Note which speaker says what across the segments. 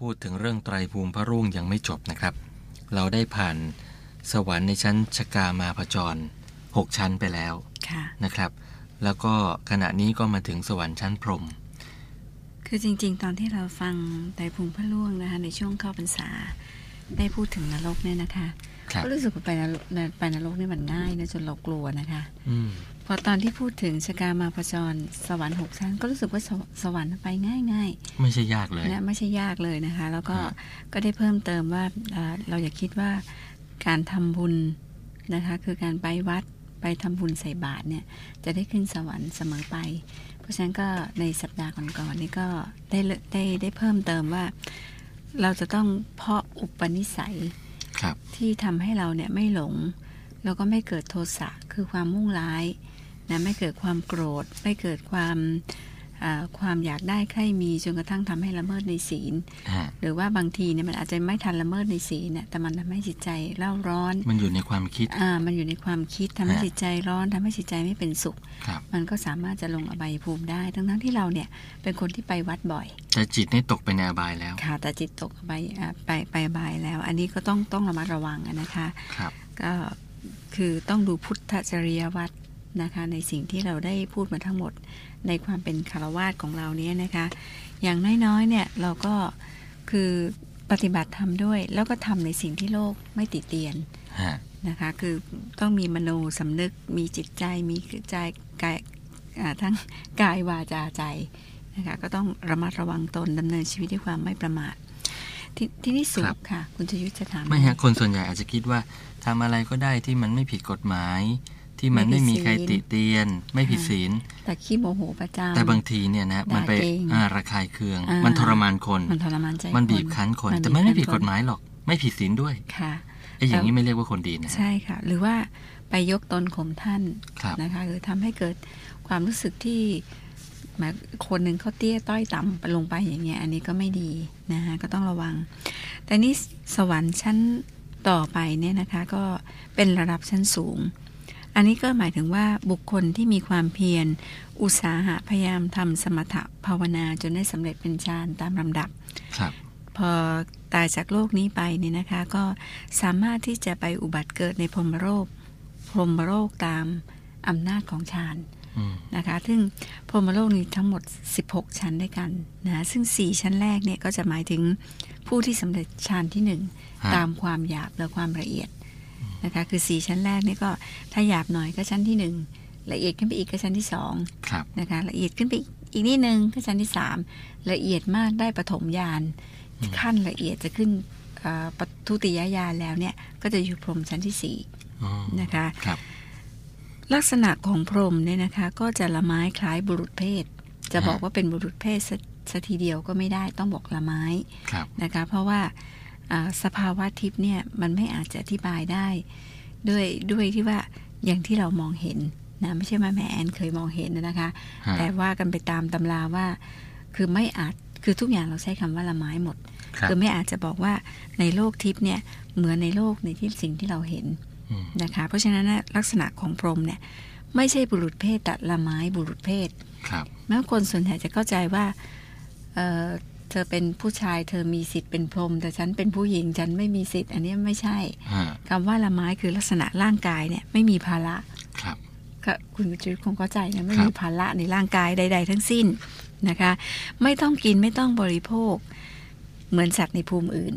Speaker 1: พูดถึงเรื่องไตรภูมิพระร่วงยังไม่จบนะครับ เราได้ผ่านสวรรค์ในชั้นชกามาพจร 6 ชั้นไปแล้ว
Speaker 2: ค่ะ
Speaker 1: นะครับ แล้วก็ขณะนี้ก็มาถึงสวรรค์ชั้นพรหม
Speaker 2: คือจริง ๆ ตอนที่เราฟังไตรภูมิพระล่วงนะคะ ในช่วงเข้าพรรษา ได้พูดถึงนรกเนี่ยนะคะ
Speaker 1: ครับ
Speaker 2: ก็รู้สึกว่าไปนรกไปนรกเนี่ยมันง่ายนะจนเรากลัวนะคะ
Speaker 1: อืม
Speaker 2: พอตอนที่พูดถึงชกามาพจรสวรรค์หกชั้นก็รู้สึกว่าสวสวรรค์ไปง่ายง่าย
Speaker 1: ไม่ใช่ยากเลย
Speaker 2: ๆนะไม่ใช่ยากเลยนะคะ แล้วก็
Speaker 1: ฮะ
Speaker 2: ก็ได้เพิ่มเติมว่าเอ่อเราอย่าคิดว่าการทำบุญนะคะ คือการไปวัดไปทำบุญใส่บาตรเนี่ยจะได้ขึ้นสวรรค์เสมอไป เพราะฉะนั้นก็ในสัปดาห์ก่อนๆนี่ก็ได้เลได้ได้เพิ่มเติมว่า เราจะต้องเพาะอุปนิสัย
Speaker 1: ครับ
Speaker 2: ที่ทำให้เราเนี่ยไม่หลง แล้วก็ไม่เกิดโทสะคือความมุ่งร้ายนะไม่เกิดความโกรธ ไม่เกิดความอ่าความอยากได้ใครมีจนกระทั่งทำให้ละเมิดในศีล
Speaker 1: ฮะ
Speaker 2: หรือว่าบางทีเนี่ยมันอาจจะไม่ทันละเมิดในศีลเนี่ยแต่มันทำให้จิตใจเล่าร้อน
Speaker 1: มันอยู่ในความคิด
Speaker 2: อ่ามันอยู่ในความคิดทำให้
Speaker 1: ฮะ
Speaker 2: จิตใจร้อนทำให้จิตใจไม่เป็นสุข
Speaker 1: ครับ
Speaker 2: มันก็สามารถจะลงอบายภูมิได้ ทั้งๆที่เราเนี่ยเป็นคนที่ไปวัดบ่อย
Speaker 1: แต่จิตนี่ตกไปในอบายแล้ว
Speaker 2: ค่ะแต่จิตตกอบายอ่าไปไปอบายแล้ว อันนี้ก็ต้องต้องระมัดระวังอะนะคะ
Speaker 1: ครับ
Speaker 2: ก็คือต้องดูพุทธจริยวัตรนะคะ ในสิ่งที่เราได้พูดมาทั้งหมดในความเป็นคารวาสของเราเนี้ยนะคะ อย่างน้อยๆเนี่ยเราก็คือปฏิบัติธรรมด้วย แล้วก็ทำในสิ่งที่โลกไม่ติเตียน
Speaker 1: ฮะ
Speaker 2: นะคะ คือต้องมีมโนสำนึกมีจิตใจมีใจกายอ่าทั้งกายวาจาใจนะคะก็ต้องระมัดระวังตนดำเนินชีวิตด้วยความไม่ประมาททที่นี่สุ
Speaker 1: ครั
Speaker 2: ข
Speaker 1: บ
Speaker 2: ค่ะ คุณชยุทธจะถาม
Speaker 1: ไม่ฮะ คนส่วนใหญ่อาจจะคิดว่าทำอะไรก็ได้ที่มันไม่ผิดกฎหมาย ที่มันไม่มีใคร
Speaker 2: ไม่ผิ
Speaker 1: ติ
Speaker 2: ดศีล
Speaker 1: เตียน ไม่ผิดศีล
Speaker 2: แต่ขี้โมโหประจำ
Speaker 1: แต่บางทีเนี่ยนะ มันไป
Speaker 2: ด่าเก่ง
Speaker 1: อ่าระคายเคือง
Speaker 2: อ่ามั
Speaker 1: มันทรมานคน
Speaker 2: มันทรมานใจ
Speaker 1: มันบีบคั้นคน แต่มันไม่ผิดกฎหมายหรอก ไม่ผิดศีลด้วย
Speaker 2: ค่ะ
Speaker 1: ไอ้อย่าง
Speaker 2: แต่
Speaker 1: นี้ไม่เรียกว่าคนดีนะฮะ
Speaker 2: ใช่ค่ะ หรือว่าไปยกตนข่มท่าน
Speaker 1: ครับ
Speaker 2: นะคะหรือทำให้เกิดความรู้สึกที่หมายคนหนึ่งเขาเตี้ยต้อยต่ำไปลงไปอย่างเงี้ยอันนี้ก็ไม่ดีนะคะก็ต้องระวัง แต่นี่สวรรค์ชั้นต่อไปเนี่ยนะคะ ก็เป็นระดับชั้นสูง อันนี้ก็หมายถึงว่าบุคคลที่มีความเพียร อุตสาหะพยายามทำสมถะภาวนาจนได้สำเร็จเป็นฌานตามลำดับ
Speaker 1: ครับ
Speaker 2: พอตายจากโลกนี้ไปเนี่ยนะคะ ก็สามารถที่จะไปอุบัติเกิดในพรหมโลกพรหมโลกตามอำนาจของฌาน
Speaker 1: อืม
Speaker 2: นะคะ ซึ่งพรหมโลกนี้ทั้งหมด 16 ชั้นด้วยกันนะซึ่ง 4 ชั้นแรกเนี่ยก็จะหมายถึงผู้ที่สำเร็จฌานที่
Speaker 1: ฮะ
Speaker 2: 1 ตามความหยาบและความละเอียดนะคะ คือ 4 ชั้นแรกเนี่ยก็ถ้าหยาบหน่อยก็ชั้นที่ 1 ละเอียดขึ้นไปอีกก็ชั้นที่ 2
Speaker 1: ครับ
Speaker 2: นะคะละเอียดขึ้นไปอีกอีกนิดนึงก็ชั้นที่สามละเอียดมากได้ปฐมยานขั้นละเอียดจะขึ้นเอ่อปทุติยญาณแล้วเนี่ยก็จะอยู่พรหมชั้นที่สี่
Speaker 1: อ๋อ
Speaker 2: นะคะ
Speaker 1: ครับ
Speaker 2: ลักษณะของพรหมเนี่ยนะคะก็จะละไม้คล้ายบุรุษเพศ จะบอก
Speaker 1: ฮะ
Speaker 2: ว่าเป็นบุรุษเพศสสทีเดียวก็ไม่ได้ต้องบอกละไม้
Speaker 1: ครับ
Speaker 2: นะคะ เพราะว่าอ่าสภาวะทิพย์เนี่ยมันไม่อาจจะอธิบายได้ ด้วยด้วยที่ว่าอย่างที่เรามองเห็นนะไม่ใช่มาแหมแอนเคยมองเห็นนะนะคะ
Speaker 1: ฮะ
Speaker 2: แต่ว่ากันไปตามตำราว่า คือไม่อาจคือทุกอย่างเราใช้คำว่าละไม้หมด
Speaker 1: ครับ
Speaker 2: อไม่อาจจะบอกว่าในโลกทิพย์เนี่ยเหมือนในโลกในที่สิ่งที่เราเห็น
Speaker 1: อืม
Speaker 2: นะคะ เพราะฉะนั้นนะลักษณะของพรหมเนี่ยไม่ใช่บุรุษเพศแต่ละไม้บุรุษเพศ
Speaker 1: ครับ
Speaker 2: แม้ว่าคนส่วนใหญ่จะเข้าใจว่าเอ่อเธอเป็นผู้ชายเธอมีสิทธิ์เป็นพรหมแต่ฉันเป็นผู้หญิงฉันไม่มีสิทธิ์ อันเนี้ยไม่ใช่
Speaker 1: ฮะ
Speaker 2: คำว่าละไม้คือลักษณะร่างกายเนี่ยไม่มีภาระ
Speaker 1: ครับ
Speaker 2: ก็คุณจุดคงเข้าใจนะไม่
Speaker 1: ครับ
Speaker 2: มีภาระในร่างกายใด ๆ ทั้งสิ้นนะคะ ไม่ต้องกินไม่ต้องบริโภค เหมือนสัตว์ในภูมิอื่น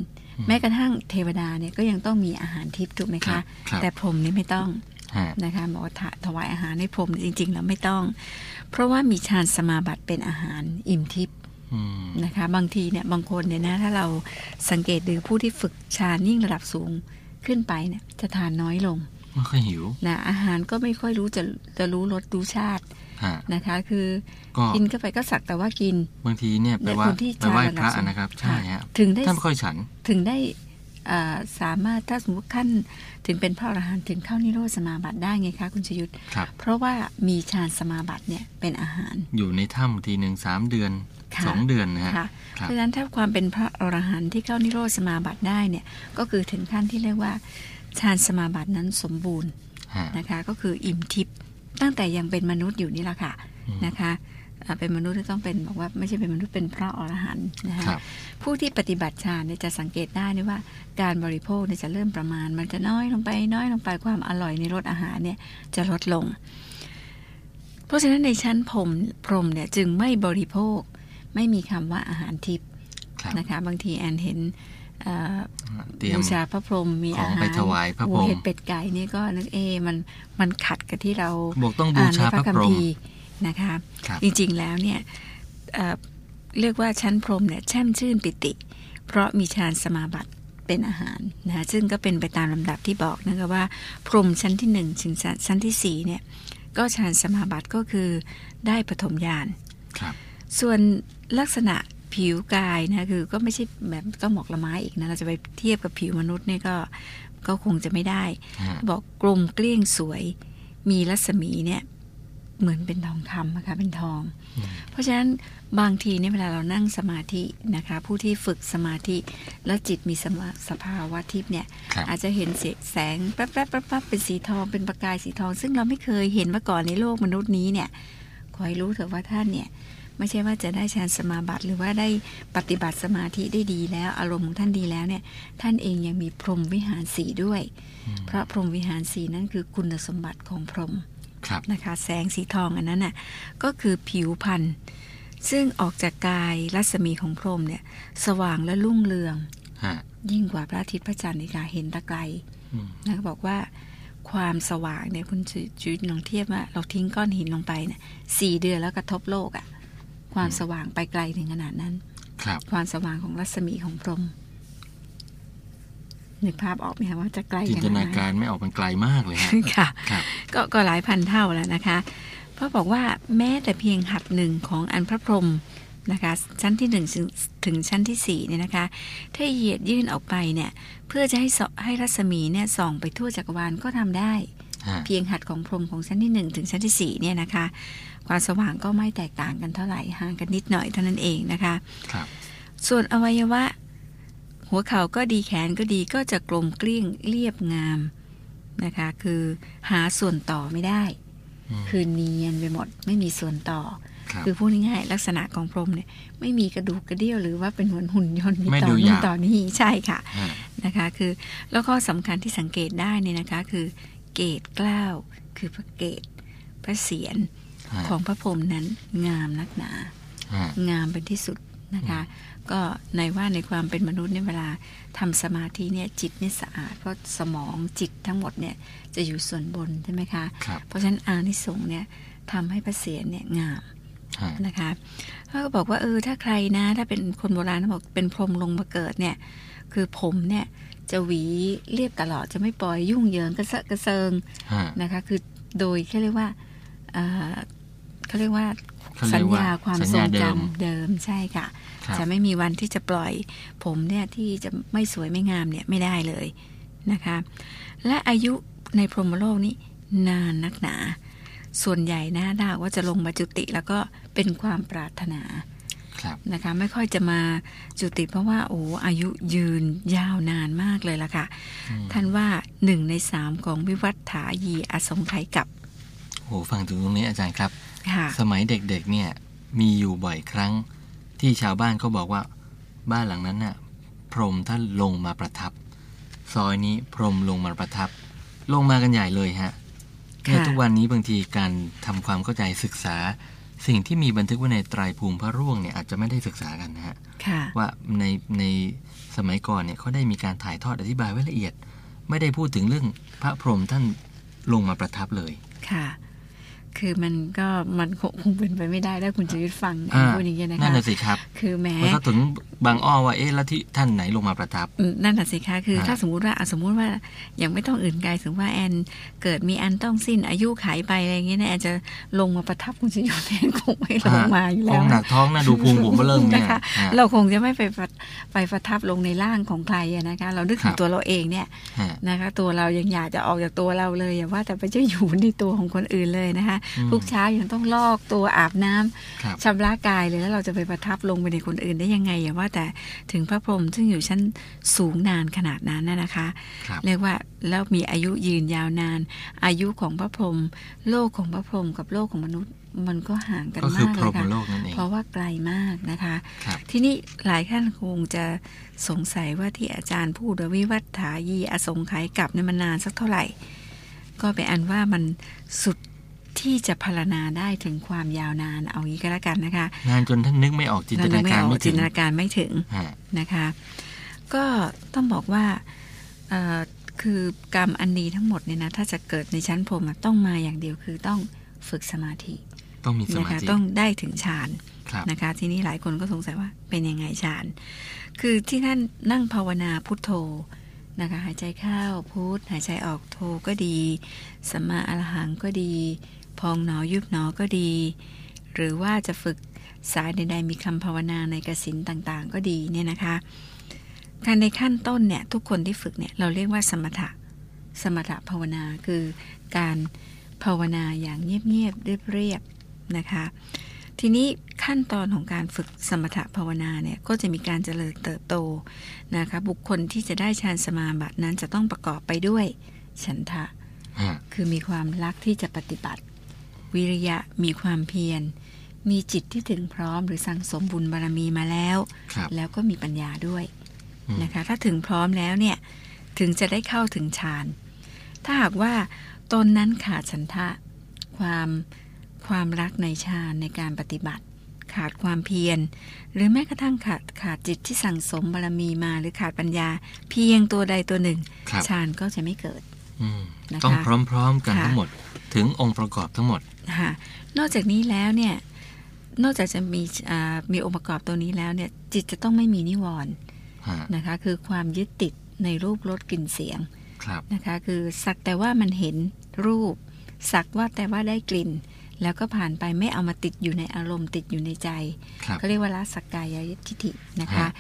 Speaker 2: แม้กระทั่งเทวดาเนี่ยก็ยังต้องมีอาหารทิพย์ถูกไหม
Speaker 1: ครั
Speaker 2: คะ
Speaker 1: บ ครับ
Speaker 2: แต่พรหมนี่ไม่ต้อง
Speaker 1: ฮะ
Speaker 2: นะคะบอกว่าถถวายอาหารให้พรหมเนี่ยจริง ๆ แล้วไม่ต้อง เพราะว่ามีฌานสมาบัติเป็นอาหารอิ่มทิพย์
Speaker 1: อืม
Speaker 2: นะคะ บางทีเนี่ยบางคนเนี่ยนะถ้าเราสังเกตดูผู้ที่ฝึกฌานยิ่งระดับสูงขึ้นไปเนี่ยจะทานน้อยลง
Speaker 1: ไม่ค่อยหิว
Speaker 2: นะอาหารก็ไม่ค่อยรู้จะจะรู้รสรู้ชาติ
Speaker 1: ฮะ
Speaker 2: นะคะคือ
Speaker 1: ก็
Speaker 2: กินเข้าไปก็สักแต่ว่ากิน
Speaker 1: บางทีเนี่ยไป
Speaker 2: เนี่ย
Speaker 1: ว่า
Speaker 2: คนที่
Speaker 1: ไปไหว้
Speaker 2: จาน
Speaker 1: พระ
Speaker 2: ละสอง
Speaker 1: นะครับ
Speaker 2: ค่ะ
Speaker 1: ใช่ฮะ
Speaker 2: ถึงได้
Speaker 1: ท่านไม่ค่อยฉัน
Speaker 2: ถึงได้อ่าสามารถถ้าสมมติขั้นถึงเป็นพระอรหันต์ถึงเข้านิโรธสมาบัติได้ไงคะคุณชยุทธ
Speaker 1: ครับ
Speaker 2: เพราะว่ามีฌานสมาบัติเนี่ยเป็นอาหาร
Speaker 1: อยู่ในถ้ำทีหนึ่งสามเดือน
Speaker 2: ค่ะ
Speaker 1: สองเดือนนะฮะ
Speaker 2: ค่ะ
Speaker 1: ครับ
Speaker 2: เพราะฉะนั้นถ้าความเป็นพระอรหันต์ที่เข้านิโรธสมาบัติได้เนี่ยก็คือถึงขั้นที่เรียกว่าฌานสมาบัตินั้นสมบูรณ์
Speaker 1: ฮะ
Speaker 2: นะคะก็คืออิ่มทิพย์ตั้งแต่ยังเป็นมนุษย์อยู่นี่แหละค่ะ
Speaker 1: อืม
Speaker 2: นะคะ อ่าเป็นมนุษย์ที่ต้องเป็นบอกว่าไม่ใช่เป็นมนุษย์เป็นพระอรหันต์นะฮะ
Speaker 1: ครับ
Speaker 2: ผู้ที่ปฏิบัติฌานเนี่ยจะสังเกตได้เลยว่าการบริโภคเนี่ยจะเริ่มประมาณ มันจะน้อยลงไปน้อยลงไปความอร่อยในรสอาหารเนี่ยจะลดลง เพราะฉะนั้นในชั้นพรหมพรหมเนี่ยจึงไม่บริโภค ไม่มีคำว่าอาหารทิพย์
Speaker 1: ครับ
Speaker 2: นะคะบางทีแอนเห็นเอ่อ
Speaker 1: เตรียม
Speaker 2: บูชาพระพรหมมี
Speaker 1: ข
Speaker 2: อา
Speaker 1: อง
Speaker 2: หาร
Speaker 1: ไปถวายพระพรหม
Speaker 2: โอ้เห็ดเป็ดไก่นี่ก็นึกเอะมันมันขัดกับที่เรา
Speaker 1: บอกต้องบูชาพระ
Speaker 2: อ่าน
Speaker 1: พ
Speaker 2: ใน
Speaker 1: รหม
Speaker 2: คัภีนะคะ
Speaker 1: ครับ
Speaker 2: จริงๆแล้วเนี่ยเอ่อเรียกว่าชั้นพรหมเนี่ยแช่มชื่นปิติ เพราะมีฌานสมาบัติเป็นอาหารนะคะซึ่งก็เป็นไปตามลำดับที่บอกนะคะว่า พรหมชั้นที่หนึ่งถึงชั้นชั้นที่สี่เนี่ยก็ฌานสมาบัติก็คือได้ปฐมญาณ
Speaker 1: ครับ
Speaker 2: ส่วนลักษณะผิวกายนะคือก็ไม่ใช่แบบต้องหมอกละไม้อีกนะเราจะไปเทียบกับผิวมนุษย์เนี่ยก็ก็คงจะไม่ได้
Speaker 1: ฮะ
Speaker 2: บอกกลมเกลี้ยงสวยมีรัศมีเนี่ยเหมือนเป็นทองคำนะคะเป็นทอง
Speaker 1: อืม
Speaker 2: เพราะฉะนั้นบางทีเนี่ยเวลาเรานั่งสมาธินะคะ ผู้ที่ฝึกสมาธิแล้วจิตมีสมาสภาวะทิพย์เนี่ย
Speaker 1: ครับ
Speaker 2: อาจจะเห็นเสแสงแป๊บๆแป๊บๆเป็นสีทองเป็นประกายสีทอง ซึ่งเราไม่เคยเห็นมาก่อนในโลกมนุษย์นี้เนี่ยขอให้รู้เถอะว่าท่านเนี่ย ไม่ใช่ว่าจะได้ฌานสมาบัติหรือว่าได้ปฏิบัติสมาธิได้ดีแล้วอารมณ์ของท่านดีแล้วเนี่ย ท่านเองยังมีพรหมวิหารสีด้วย
Speaker 1: อืม
Speaker 2: เพราะพรหมวิหารสีนั่นคือคุณสมบัติของพรหม
Speaker 1: ครับ
Speaker 2: นะคะแสงสีทองอันนั้นน่ะก็คือผิวพันธ์ซึ่งออกจากกายรัศมีของพรหมเนี่ยสว่างและรุ่งเรือง
Speaker 1: ฮะ
Speaker 2: ยิ่งกว่าพระอาทิตย์พระจันทร์อีกค่ะเห็นตะไกล
Speaker 1: อืม
Speaker 2: นะบอกว่าความสว่างเนี่ยคุณจุจุดลองเทียบว่าเราทิ้งก้อนหินลงไปเนี่ยสี่เดือนแล้วกระทบโลกอะความสว่างไปไกลถึงขนาดนั้น
Speaker 1: ครับ
Speaker 2: ความสว่างของรัศมีของพรหมนึกภาพออกไหมคะว่าจะไกล
Speaker 1: จิน
Speaker 2: ข
Speaker 1: ต
Speaker 2: นาดไห
Speaker 1: นาน การไม่ออกมันไกลมากเลยฮะ
Speaker 2: ค่ะ
Speaker 1: ครับ
Speaker 2: ก็ก็หลายพันเท่าแล้วนะคะ เพราะบอกว่าแม้แต่เพียงหัดหนึ่งของอันพระพรหมนะคะ ชั้นที่หนึ่งถึงถึงชั้นที่สี่เนี่ยนะคะ ถ้าเหยียดยื่นออกไปเนี่ย เพื่อจะให้สให้รัศมีเนี่ยส่องไปทั่วจักรวาลก็ทำได้
Speaker 1: ฮะ
Speaker 2: เพียงหัดของพรหมของชั้นที่หนึ่งถึงชั้นที่สี่เนี่ยนะคะ ความสว่างก็ไม่แตกต่างกันเท่าไหร่ห่างกันนิดหน่อยเท่านั้นเองนะคะ
Speaker 1: ครับ
Speaker 2: ส่วนอวัยวะ หัวเข่าก็ดีแขนก็ดีก็จะกลมเกลี้ยงเรียบงามนะคะ คือหาส่วนต่อไม่ได้
Speaker 1: อืม
Speaker 2: คือเนียนไปหมด ไม่มีส่วนต่อ
Speaker 1: ครับ
Speaker 2: คือพูดง่ายๆลักษณะของพรหมเนี่ยไม่มีกระดูกกระเดี่ยวหรือว่าเป็นเหมือนหุ่นยนต์มี
Speaker 1: ไม่
Speaker 2: ต่
Speaker 1: ดู
Speaker 2: อ
Speaker 1: ห
Speaker 2: นู่
Speaker 1: ยาน บ
Speaker 2: ต่อนี่ใช่ค่ะ
Speaker 1: ฮะ
Speaker 2: นะคะคือแล้วก็สำคัญที่สังเกตได้เนี่ยนะคะคือเกตเกล้าวคือพระเกตพระเศียร
Speaker 1: ฮะ
Speaker 2: ของพระพรหมนั้นงามนักหนา
Speaker 1: ฮะ
Speaker 2: งามเป็นที่สุดนะคะ ก็ในว่าในความเป็นมนุษย์เนี่ยเวลาทำสมาธิเนี่ยจิตเนี่ยสะอาด เพราะสมองจิตทั้งหมดเนี่ยจะอยู่ส่วนบนใช่ไหมคะ
Speaker 1: ครับ
Speaker 2: เพราะฉะนั้นอานิสงส์เนี่ยทำให้พระเศียรเนี่ยงาม
Speaker 1: ฮะ
Speaker 2: นะคะเขาก็บอกว่าเออถ้าใครนะ ถ้าเป็นคนโบราณเขาบอกเป็นพรหมลงมาเกิดเนี่ยคือผมเนี่ยจะหวีเรียบตลอดจะไม่ปล่อยยุ่งเหยิงกระเซาะกระเซิง
Speaker 1: ฮะ
Speaker 2: นะคะคือโดยแค่เรียกว่าเอ่อเขาเรียกว่า
Speaker 1: เขเรี
Speaker 2: สัญ
Speaker 1: ยก
Speaker 2: ญาความ
Speaker 1: สัญ
Speaker 2: ทร
Speaker 1: ญางเดิม
Speaker 2: จำเดิมใช่ค่ะ
Speaker 1: ครับ
Speaker 2: จะไม่มีวันที่จะปล่อยผมเนี่ยที่จะไม่สวยไม่งามเนี่ยไม่ได้เลยนะคะ และอายุในพรหมโลกนี้นานนักหนา ส่วนใหญ่นะดาว่าจะลงมาจุติแล้วก็เป็นความปรารถนา
Speaker 1: ครับ
Speaker 2: นะคะ ไม่ค่อยจะมาจุติเพราะว่าโอ้อายุยืนยาวนานมากเลยล่ะค่ะ
Speaker 1: อืม
Speaker 2: ท่านว่าหนึ่งในสามของวิวัฏฐายีอสงไขยกับ
Speaker 1: โหฟังถึงตรงนี้อาจารย์ครับ
Speaker 2: ค่ะ
Speaker 1: สมัยเด็กๆ เนี่ยมีอยู่บ่อยครั้ง ที่ชาวบ้านเขาบอกว่า บ้านหลังนั้นน่ะ พรหมท่านลงมาประทับ ซอยนี้พรหมลงมาประทับ ลงมากันใหญ่เลยฮะเนี่ยทุกวันนี้บางทีการทำความเข้าใจศึกษา สิ่งที่มีบันทึกไว้ในไตรภูมิพระร่วงเนี่ยอาจจะไม่ได้ศึกษากันนะฮะ
Speaker 2: ค่ะ
Speaker 1: ว่าในในสมัยก่อนเนี่ยเขาได้มีการถ่ายทอดอธิบายไว้ละเอียด ไม่ได้พูดถึงเรื่องพระพรหมท่านลงมาประทับเลย
Speaker 2: ค่ะ คือมันก็มันคงคงเป็นไปไม่ได้ถ้าคุณจะยึดฟังไอ้
Speaker 1: อ่า
Speaker 2: พูดอย่างเงี้ยนะ
Speaker 1: นั่น
Speaker 2: คะ
Speaker 1: น่ะสิครับ
Speaker 2: คือแม้
Speaker 1: มันก็ถึงบางอ้อว่าเอ๊ะแล้วที่ท่านไหนลงมาประทับ
Speaker 2: อืมนั่นน่ะสิคะคือ
Speaker 1: อ่า
Speaker 2: ถ้าสมมุติว่าอ่ะสมมุติว่ายังไม่ต้องอื่นไกลสมมติว่าแอนเกิดมีอันต้องสิ้นอายุขายไปอะไรอย่างเงี้ยนะแอนจะลงมาประทับคุณชยุทธแอนคงไม่ลงมาอ
Speaker 1: า
Speaker 2: ยู่
Speaker 1: ค
Speaker 2: แล้วน
Speaker 1: หนักท้องนะ ดูพุงผมเบอร์เริ่มเนี่ย
Speaker 2: นะคะ
Speaker 1: ฮะ
Speaker 2: เราคงจะไม่ไปประไปประทับลงในร่างของใครอะนะคะ เรานึก
Speaker 1: ค
Speaker 2: ถึ
Speaker 1: รั
Speaker 2: ง
Speaker 1: บ
Speaker 2: ตัวเราเองเนี่ย
Speaker 1: ฮะ
Speaker 2: นะคะตัวเรายังอยากจะออกจากตัวเราเลยอย่าว่าแต่ไปจะอยู่ในตัวของคนอื่นเลยนะคะ
Speaker 1: อืม
Speaker 2: ทุกเช้ายังต้องลอกตัวอาบน้ำ
Speaker 1: ครับ
Speaker 2: ชำระกายเลยแล้วเราจะไปประทับลงไปในคนอื่นได้ยังไงอย่าว่า ว่าแต่ถึงพระพรหมซึ่งอยู่ชั้นสูงนานขนาดนั้นนะนะคะ
Speaker 1: ครับ
Speaker 2: เรียกว่าแล้วมีอายุยืนยาวนาน อายุของพระพรหมโลกของพระพรหมกับโลกของมนุษย์มันก็ห่างกัน
Speaker 1: ก็คือ
Speaker 2: มาก
Speaker 1: พรหม
Speaker 2: เลยค่ะ
Speaker 1: โลกนั่นเอง
Speaker 2: เพราะว่าไกลมากนะคะ
Speaker 1: ครับ
Speaker 2: ทีนี้หลายท่านคงจะสงสัยว่าที่อาจารย์พูดว่าวิวัฏฐายีอสงไขยกลับเนี่ยมันนานสักเท่าไหร่ ก็เป็นอันว่ามันสุดที่จะพรรณนาได้ถึงความยาวนานเอางี้ก็แล้วกันนะคะ
Speaker 1: นานจนท่านนึกไม่ออกจินตนาการ
Speaker 2: เอ
Speaker 1: ไม่
Speaker 2: จิ
Speaker 1: ถึ
Speaker 2: น
Speaker 1: ง
Speaker 2: ตนาการไม่ถึง
Speaker 1: ฮะ
Speaker 2: นะคะก็ต้องบอกว่าเอ่อคือกรรมอันดีทั้งหมดเนี่ยนะถ้าจะเกิดในชั้นพรหมอะต้องมาอย่างเดียวคือต้องฝึกสมาธิ
Speaker 1: ต้องมีส
Speaker 2: นะ
Speaker 1: มา
Speaker 2: คะ
Speaker 1: ธิ
Speaker 2: ต้องได้ถึงฌาน
Speaker 1: ครับ
Speaker 2: นะคะทีนี้หลายคนก็สงสัยว่าเป็นยังไงฌานคือที่ท่านนั่งภาวนาพุทโธนะคะหายใจเข้าพุทหายใจออกโธก็ดีสัมมาอรหังก็ดี พองหนอยุบหนอก็ดี หรือว่าจะฝึกสายใดๆมีคำภาวนาในกสินต่างๆ ก็ดีเนี่ยนะคะ การในขั้นต้นเนี่ยทุกคนที่ฝึกเนี่ยเราเรียกว่าสมถะสมถะภาวนาคือการภาวนาอย่างเงียบๆเรียบๆนะคะ ทีนี้ขั้นตอนของการฝึกสมถะภาวนาเนี่ยก็จะมีการเจริญเติบโตนะคะบุคคลที่จะได้ฌานสมาบัตินั้นจะต้องประกอบไปด้วยฉันทะ
Speaker 1: ฮะ
Speaker 2: คือมีความรักที่จะปฏิบัติ วิริยะมีความเพียร มีจิตที่ถึงพร้อมหรือสั่งสมบุญบารมีมาแล้ว
Speaker 1: ครับ
Speaker 2: แล้วก็มีปัญญาด้วย
Speaker 1: อืม
Speaker 2: นะคะ ถ้าถึงพร้อมแล้วเนี่ย ถึงจะได้เข้าถึงฌาน ถ้าหากว่าตนนั้นขาดฉันทะ ความความรักในฌานในการปฏิบัติ ขาดความเพียร หรือแม้กระทั่งขาดขาดจิตที่สั่งสมบารมีมา หรือขาดปัญญา เพียงตัวใดตัวหนึ่ง
Speaker 1: ครับ
Speaker 2: ฌานก็จะไม่เกิด
Speaker 1: อืม
Speaker 2: นะคะ
Speaker 1: ต้องพร้อมๆกัน
Speaker 2: ค่ะ
Speaker 1: ทั้งหมด ถึงองค์ประกอบทั้งหมด
Speaker 2: ค่ะนอกจากนี้แล้วเนี่ย นอกจากจะมีอ่ามีองค์ประกอบตัวนี้แล้วเนี่ยจิตจะต้องไม่มีนิวรณ์
Speaker 1: ฮะ
Speaker 2: นะคะ คือความยึดติดในรูปรสกลิ่นเสียง
Speaker 1: ครับ
Speaker 2: นะคะ คือสักแต่ว่ามันเห็นรูป สักว่าแต่ว่าได้กลิ่น แล้วก็ผ่านไปไม่เอามาติดอยู่ในอารมณ์ติดอยู่ในใจ
Speaker 1: ครับ
Speaker 2: เขาเรียกว่าละสักกายทิฏฐินะ
Speaker 1: ครั
Speaker 2: คะ
Speaker 1: บ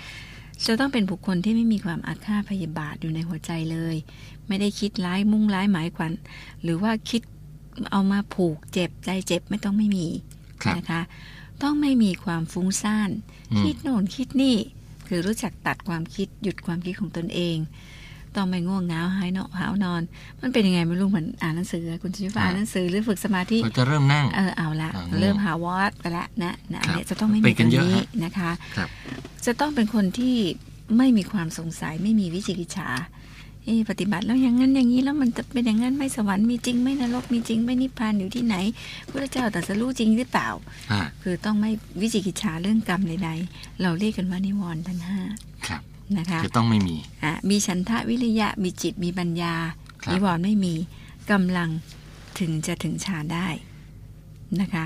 Speaker 2: จะต้องเป็นบุคคลที่ไม่มีความอาฆาตพยาบาทอยู่ในหัวใจเลย ไม่ได้คิดร้ายมุ่งร้ายหมายขวัญหรือว่าคิดเอามาผูกเจ็บใจเจ็บไม่ต้องไม่มี
Speaker 1: ครับ
Speaker 2: นะคะ ต้องไม่มีความฟุ้งซ่าน
Speaker 1: อืม
Speaker 2: คิดโน่นคิดนี่ คือรู้จักตัดความคิดหยุดความคิดของตนเอง ต้องไม่ง่วงเหงาหายเนาะหาวนอน มันเป็นยังไงไม่รู้เหมือนอ่านหนังสือคุณชิฟ้าอ่านหนังสือหรือฝึกสมาธิ
Speaker 1: เราจะเริ่มนั่ง
Speaker 2: เออเอาละ
Speaker 1: อ่าง่วง
Speaker 2: เริ่มหาวอดไปละนะนะอั
Speaker 1: ค
Speaker 2: น
Speaker 1: รับ
Speaker 2: เนี้ยจะต้องไม่
Speaker 1: เป็
Speaker 2: มี
Speaker 1: น
Speaker 2: ต
Speaker 1: กั
Speaker 2: ร
Speaker 1: น
Speaker 2: ง
Speaker 1: เยอะ
Speaker 2: นี้
Speaker 1: ฮะ
Speaker 2: นะคะ
Speaker 1: ครับ
Speaker 2: จะต้องเป็นคนที่ไม่มีความสงสัยไม่มีวิจิกิจฉาเอะปฏิบัติแล้วอย่างนั้นอย่างนี้แล้วมันจะเป็นอย่างนั้นไหม่สวรรค์มีจริงไหม่นรกมีจริงไหม่นิพพานอยู่ที่ไหนพระเจ้าตรัสรู้จริงหรือเปล่า
Speaker 1: ฮะ
Speaker 2: คือต้องไม่วิจิกิจฉาเรื่องกรรมใดๆ เราเรียกกันว่านิวรณ์ทั้งห้า
Speaker 1: ครับ
Speaker 2: นะคะ
Speaker 1: จะต้องไม่มี
Speaker 2: อ่ะมีฉันทะวิริยะ มีจิตมีปัญญา
Speaker 1: ครับ
Speaker 2: นิวรณ์ไม่มีกำลังถึงจะถึงฌานได้นะคะ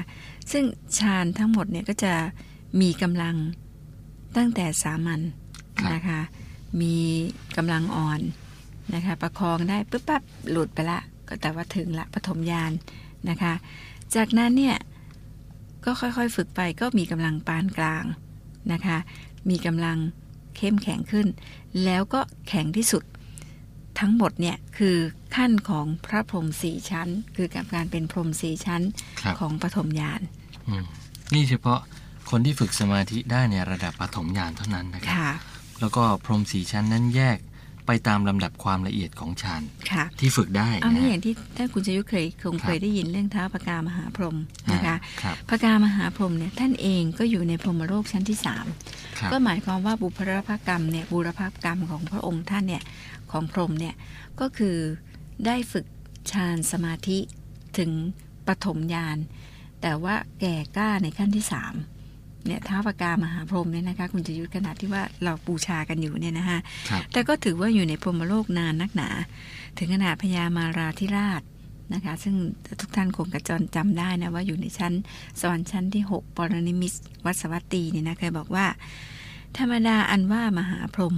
Speaker 2: ซึ่งฌานทั้งหมดเนี่ยก็จะมีกำลังตั้งแต่สามัญ
Speaker 1: ครับ
Speaker 2: นะคะ มีกำลังอ่อนนะคะ ประคองได้ปุ๊บปั๊บหลุดไปละ ก็แต่ว่าถึงละปฐมยานนะคะ จากนั้นเนี่ย ก็ค่อยๆฝึกไปก็มีกำลังปานกลางนะคะ มีกำลังเข้มแข็งขึ้น แล้วก็แข็งที่สุด ทั้งหมดเนี่ยคือขั้นของพระพรหมสี่ชั้น คือกับการเป็นพรหมสี่ชั้น
Speaker 1: ครับ
Speaker 2: ของปฐมญาณ
Speaker 1: อืมนี่เฉพาะคนที่ฝึกสมาธิได้ในระดับปฐมญาณเท่านั้นนะครับ
Speaker 2: ค่ะ
Speaker 1: แล้วก็พรหมสีชั้นนั้นแยกไปตามลำดับความละเอียดของฌาน
Speaker 2: ค่ะ
Speaker 1: ที่ฝึกได้
Speaker 2: เอา
Speaker 1: นะ
Speaker 2: นี่อ
Speaker 1: ฮะ
Speaker 2: ย่างที่ท่านคุณชยุทธเคยคง
Speaker 1: ครับ
Speaker 2: เคยได้ยินเรื่องเท้าพระกามหาพรหมนะคะ
Speaker 1: ครับ
Speaker 2: พระกามหาพรหมเนี่ยท่านเองก็อยู่ในพรหมโลกชั้นที่สาม
Speaker 1: ครับ
Speaker 2: ก็หมายความว่าบุพรพกรรมเนี่ยบุรพกรรมของพระองค์ท่านเนี่ยของพรหมเนี่ยก็คือได้ฝึกฌานสมาธิถึงปฐมญาณแต่ว่าแก่กล้าในขั้นที่สามเนี่ยท้าวปกามหาพรหมเนี่ยนะคะคุณจะยุทธขนาดที่ว่าเราบูชากันอยู่เนี่ยนะคะ
Speaker 1: ครับ
Speaker 2: แต่ก็ถือว่าอยู่ในพรหมโลกนานนักหนา ถึงขนาดพญามาราธิราชนะคะซึ่งทุกท่านคงกระจรจำได้นะว่าอยู่ในชั้น สวรรค์ชั้นที่ 6 ปรนิมิตวัดสวัตตีเนี่ยนะเคยบอกว่า ธรรมดาอันว่ามหาพรหม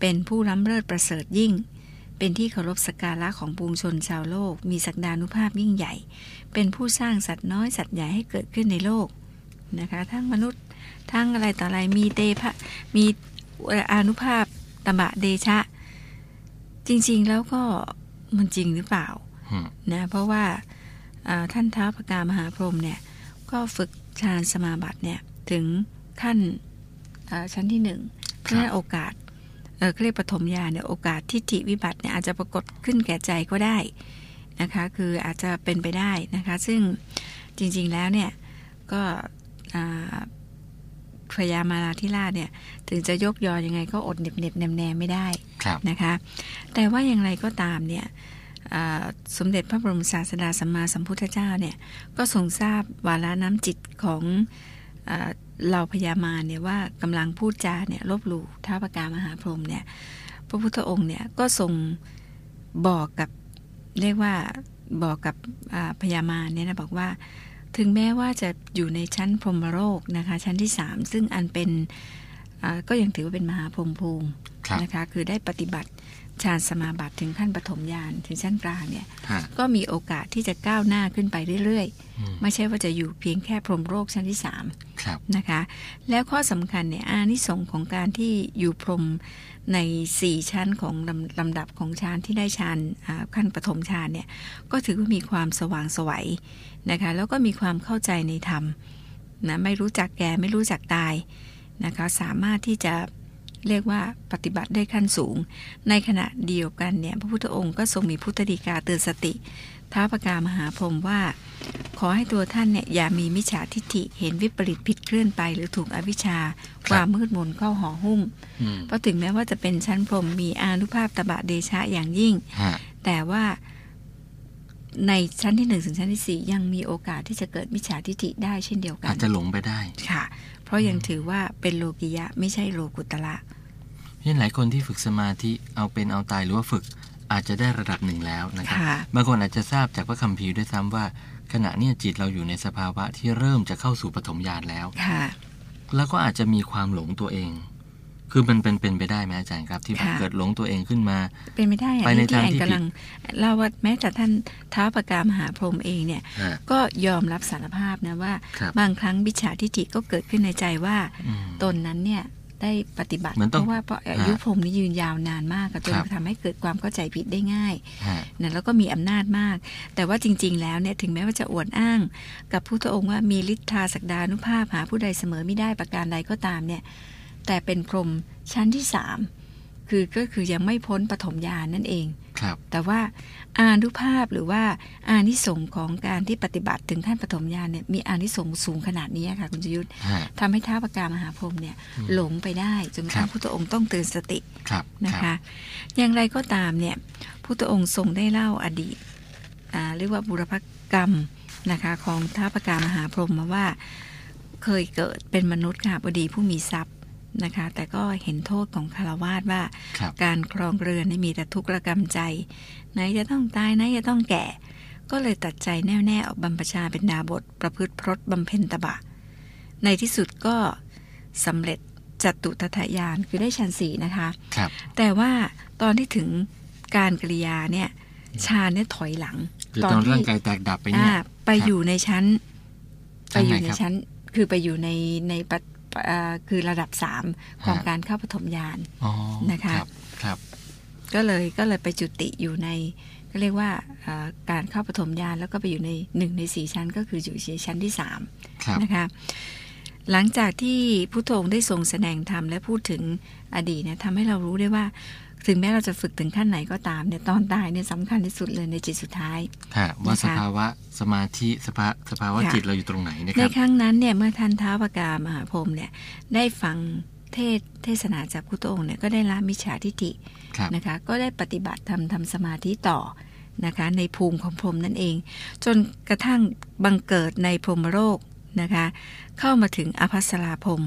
Speaker 2: เป็นผู้ล้ำเลิศประเสริฐยิ่ง เป็นที่เคารพสักการะของปวงชนชาวโลก มีศักดานุภาพยิ่งใหญ่ เป็นผู้สร้างสัตว์น้อยสัตว์ใหญ่ให้เกิดขึ้นในโลกนะคะทั้งมนุษย์ทั้งอะไรต่ออะไรมีเตพะมีอนุภาพตบะเดชะ จริงๆแล้วก็มันจริงหรือเปล่า
Speaker 1: อืม
Speaker 2: นะเพราะว่าอ่าท่านท้าวพระกามหาพรหมเนี่ยก็ฝึกฌานสมาบัติเนี่ยถึงขั้น เอ่อชั้นที่หนึ่งเพราะฉะนั้นโอกาสเอ่อเขาเรียกปฐมญาณเนี่ยโอกาสทิฏฐิวิบัติเนี่ยอาจจะปรากฏขึ้นแก่ใจก็ได้นะคะคืออาจจะเป็นไปได้นะคะซึ่งจริงๆแล้วเนี่ยก็อ่าพญามาราธิราชเนี่ยถึงจะยกยอยังไงก็อดเหน็บเหน็บๆแนมแนมๆไม่ได้
Speaker 1: ครับ
Speaker 2: นะคะแต่ว่าอย่างไรก็ตามเนี่ยเอ่อสมเด็จพระบรมศาสดาสัมมาสัมพุทธเจ้าเนี่ยก็ทรงทราบวาระน้ำจิตของเอ่อเหล่าพญามารเนี่ยว่ากำลังพูดจาเนี่ยลบหลู่ท้าวปกามหาพรหมเนี่ยพระพุทธองค์เนี่ยก็ทรงบอกกับเรียกว่าบอกกับอ่าพญามารเนี่ยนะบอกว่าถึงแม้ว่าจะอยู่ในชั้นพรหมโลกนะคะชั้นที่สามซึ่งอันเป็นอ่าก็ยังถือว่าเป็นมหาพรหมภูมิ
Speaker 1: ครับ
Speaker 2: นะคะคือได้ปฏิบัติฌานสมาบัติถึงขั้นปฐมญาณถึงชั้นกลางเนี่ย
Speaker 1: ฮะ
Speaker 2: ก็มีโอกาสที่จะก้าวหน้าขึ้นไปเรื่อย
Speaker 1: อืม
Speaker 2: ๆ ไม่ใช่ว่าจะอยู่เพียงแค่พรหมโลกชั้นที่สาม
Speaker 1: ครับ
Speaker 2: นะคะแล้วข้อสำคัญเนี่ยอานิสงส์ของการที่อยู่พรหมใน 4 ชั้นของลำลำดับของฌานที่ได้ฌานอ่าขั้นปฐมฌานเนี่ยก็ถือว่ามีความสว่างไสวัยนะคะแล้วก็มีความเข้าใจในธรรมนะไม่รู้จักแก่ไม่รู้จักตาย นะคะสามารถที่จะเรียกว่าปฏิบัติได้ขั้นสูง ในขณะเดียวกันเนี่ยพระพุทธองค์ก็ทรงมีพุทธดีกาเตือนสติท้าวปกามหาพรหมว่า ขอให้ตัวท่านเนี่ยอย่ามีมิจฉาทิฏฐิเห็นวิปริตผิดเคลื่อนไป หรือถูกอวิชชา
Speaker 1: ครับ
Speaker 2: ความมืดมนเข้าห่อหุ้ม
Speaker 1: อืม
Speaker 2: เพราะถึงแม้ว่าจะเป็นชั้นพรหมมีอานุภาพตบะเดชะอย่างยิ่ง
Speaker 1: ฮะ
Speaker 2: แต่ว่าในชั้นที่หนึ่งถึงชั้นที่สี่ยังมีโอกาสที่จะเกิดมิจฉาทิฏฐิได้เช่นเดียวกั
Speaker 1: อาน จจะหลงไปได้
Speaker 2: ค่ะ เพราะยังถือว่าเป็นโลกิยะไม่ใช่โลกุตละ
Speaker 1: เพราะฉะนั้นหลายคนที่ฝึกสมาธิเอาเป็นเอาตายหรือว่าฝึกอาจจะได้ระดับหนึ่งแล้วนะครับ
Speaker 2: ค่ะ
Speaker 1: บางคนอาจจะทราบจากพระคัมภีร์ด้วยซ้ำว่า ขณะเนี้จิตเราอยู่ในสภาวะที่เริ่มจะเข้าสู่ปฐมญาณแล้ว
Speaker 2: ค่ะ
Speaker 1: แล้วก็อาจจะมีความหลงตัวเอง คือมันเป็นเป็นไปได้ไหมอาจารย์ครับ ที่แบบ
Speaker 2: ค่ะ
Speaker 1: เกิดหลงตัวเองขึ้นมา
Speaker 2: เป็นไม่ได้อะ
Speaker 1: ไปใน
Speaker 2: นี่ที่
Speaker 1: ทาง
Speaker 2: แอน
Speaker 1: ที่ผิด
Speaker 2: กำลังเล่าว่าแม้แต่ท่านท้าวปกามหาพรหมเองเนี่ย
Speaker 1: ฮะ
Speaker 2: ก็ยอมรับสารภาพนะว่า
Speaker 1: ครับ
Speaker 2: บางครั้งบิจฉาทิฏฐิก็เกิดขึ้นในใจว่า
Speaker 1: อืม
Speaker 2: ตนนั้นเนี่ยได้ปฏิบัติ
Speaker 1: เหมือนต้
Speaker 2: เพ
Speaker 1: อง
Speaker 2: ราะว่าเพราะอายุ
Speaker 1: ฮะ
Speaker 2: พรหมนี่ยืนยาวนานมากก็จน
Speaker 1: ครับ
Speaker 2: ทำให้เกิดความเข้าใจผิดได้ง่าย
Speaker 1: ฮะ
Speaker 2: นะแล้วก็มีอำนาจมาก แต่ว่าจริง ๆ แล้วเนี่ยถึงแม้ว่าจะอวดอ้าง กับพุทธองค์ว่ามีฤทธาศักดานุภาพหาผู้ใดเสมอไม่ได้ประการใดก็ตามเนี่ยแต่เป็นพรหมชั้นที่สามคือก็คือยังไม่พ้นปฐมญาณนั่นเอง
Speaker 1: ครับ
Speaker 2: แต่ว่าอานุภาพหรือว่าอานิสงส์ของการที่ปฏิบัติถึงขั้นปฐมญาณเนี่ยมีอานิสงส์สูงขนาดนี้ค่ะคุณจยุทธ
Speaker 1: ฮะ
Speaker 2: ทำให้ท้าวปกามหาพรหมเนี่ย
Speaker 1: อืม
Speaker 2: หลงไปได้จนกระ
Speaker 1: ครั
Speaker 2: ทั่ง
Speaker 1: บ
Speaker 2: พุทธองค์ต้องเตือนสติ
Speaker 1: ครับ
Speaker 2: นะครับ คะอย่างไรก็ตามเนี่ยพุทธองค์ทรงได้เล่าอดีตอ่าเรียกว่าบุรพกรรมนะคะของท้าวปกามหาพรหมมาว่าเคยเกิดเป็นมนุษย์ค่ะบดีผู้มีทรัพย์นะคะแต่ก็เห็นโทษของคารวาสว่า
Speaker 1: ครับ
Speaker 2: การครองเรือนนี่มีแต่ทุกข์ระกำใจ ไหนจะต้องตายไหนจะต้องแก่ ก็เลยตัดใจแน่วแน่ออกบรรพชาเป็นดาบท ประพฤติพรตบำเพ็ญตบะ ในที่สุดก็สำเร็จจัตุตถยานคือได้ฌานสี่นะคะ
Speaker 1: ครับ
Speaker 2: แต่ว่าตอนที่ถึงการกริยาเนี่ยฌานเนี่ยถอยหลัง
Speaker 1: คือตอน
Speaker 2: ที่
Speaker 1: ร่างกายแตกดับไปเนี่ย
Speaker 2: อ่าไปอยู่ในชั้น ไป
Speaker 1: ชั้นไห
Speaker 2: อ
Speaker 1: น
Speaker 2: ยู่ใน
Speaker 1: ครับ
Speaker 2: ชั้น คือไปอยู่ในในปะเอ่อคือระดับสามของ
Speaker 1: ฮะ
Speaker 2: การเข้าปฐมญาณ
Speaker 1: อ๋อ
Speaker 2: นะคะ
Speaker 1: รับครับ
Speaker 2: ก็เลยก็เลยไปจุติอยู่ในก็เรียกว่าเอ่อการเข้าปฐมญาณแล้วก็ไปอยู่ในหนึ่งในสี่ชั้น ก็คืออยู่ในชั้นที่สาม
Speaker 1: ครับ
Speaker 2: นะคะหลังจากที่พุทโธได้ทรงแสดงธรรมและพูดถึงอดีตเนี่ยทำให้เรารู้ได้ว่า ถึงแม้เราจะฝึกถึงขั้นไหนก็ตามเนี่ยตอนตายเนี่ยสำคัญที่สุดเลยในจิตสุดท้าย
Speaker 1: ค่ะ ว่า
Speaker 2: นะคะ
Speaker 1: สภาวะสมาธิสภาสภาวะ
Speaker 2: ค่ะ
Speaker 1: จิตเราอยู่ตรงไหนนะค
Speaker 2: ใน
Speaker 1: รับ
Speaker 2: ครั้งนั้นเนี่ยเมื่อท่านท้าวปกามหาพรหมเนี่ยได้ฟังเทศเทศนาจากพุทธองค์เนี่ยก็ได้ละมิจฉาทิฏฐิ
Speaker 1: ครับ
Speaker 2: นะคะก็ได้ปฏิบัติทำทำสมาธิต่อนะคะในภูมิของพรหมนั่นเอง จนกระทั่งบังเกิดในพรหมโลกนะคะเข้ามาถึงอภัสราพรหม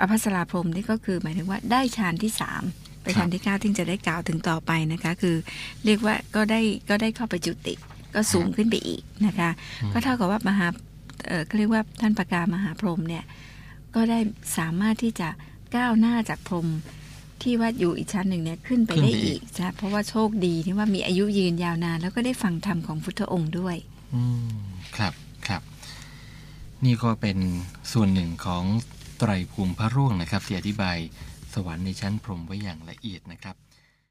Speaker 2: อภัสราพรหมนี่ก็คือหมายถึงว่าได้ฌานที่สามไป
Speaker 1: ครับ
Speaker 2: ฌานที่เก้าที่จะได้กล่าวถึงต่อไปนะคะคือเรียกว่าก็ได้ก็ได้เข้าไปจุติก็สูงขึ้นไปอีกนะคะ ก็เท่ากับว่ามหาเอ่อเขาเรียกว่าท่านปากามหาพรหมเนี่ย ก็ได้สามารถที่จะก้าวหน้าจากพรหมที่ว่าอยู่อีกชั้นหนึ่งเนี่ยขึ้นไป
Speaker 1: ขึ้นไป
Speaker 2: ได้
Speaker 1: อี
Speaker 2: อี
Speaker 1: ก
Speaker 2: กนะเพราะว่าโชคดีที่ว่ามีอายุยืนยาวนาน แล้วก็ได้ฟังธรรมของพุทธองค์ด้วย
Speaker 1: อืมครับครับ นี่ก็เป็นส่วนหนึ่งของไตรภูมิพระร่วงนะครับที่อธิบายสวรรค์ในชั้นพรหมไว้อย่างละเอียดนะครับ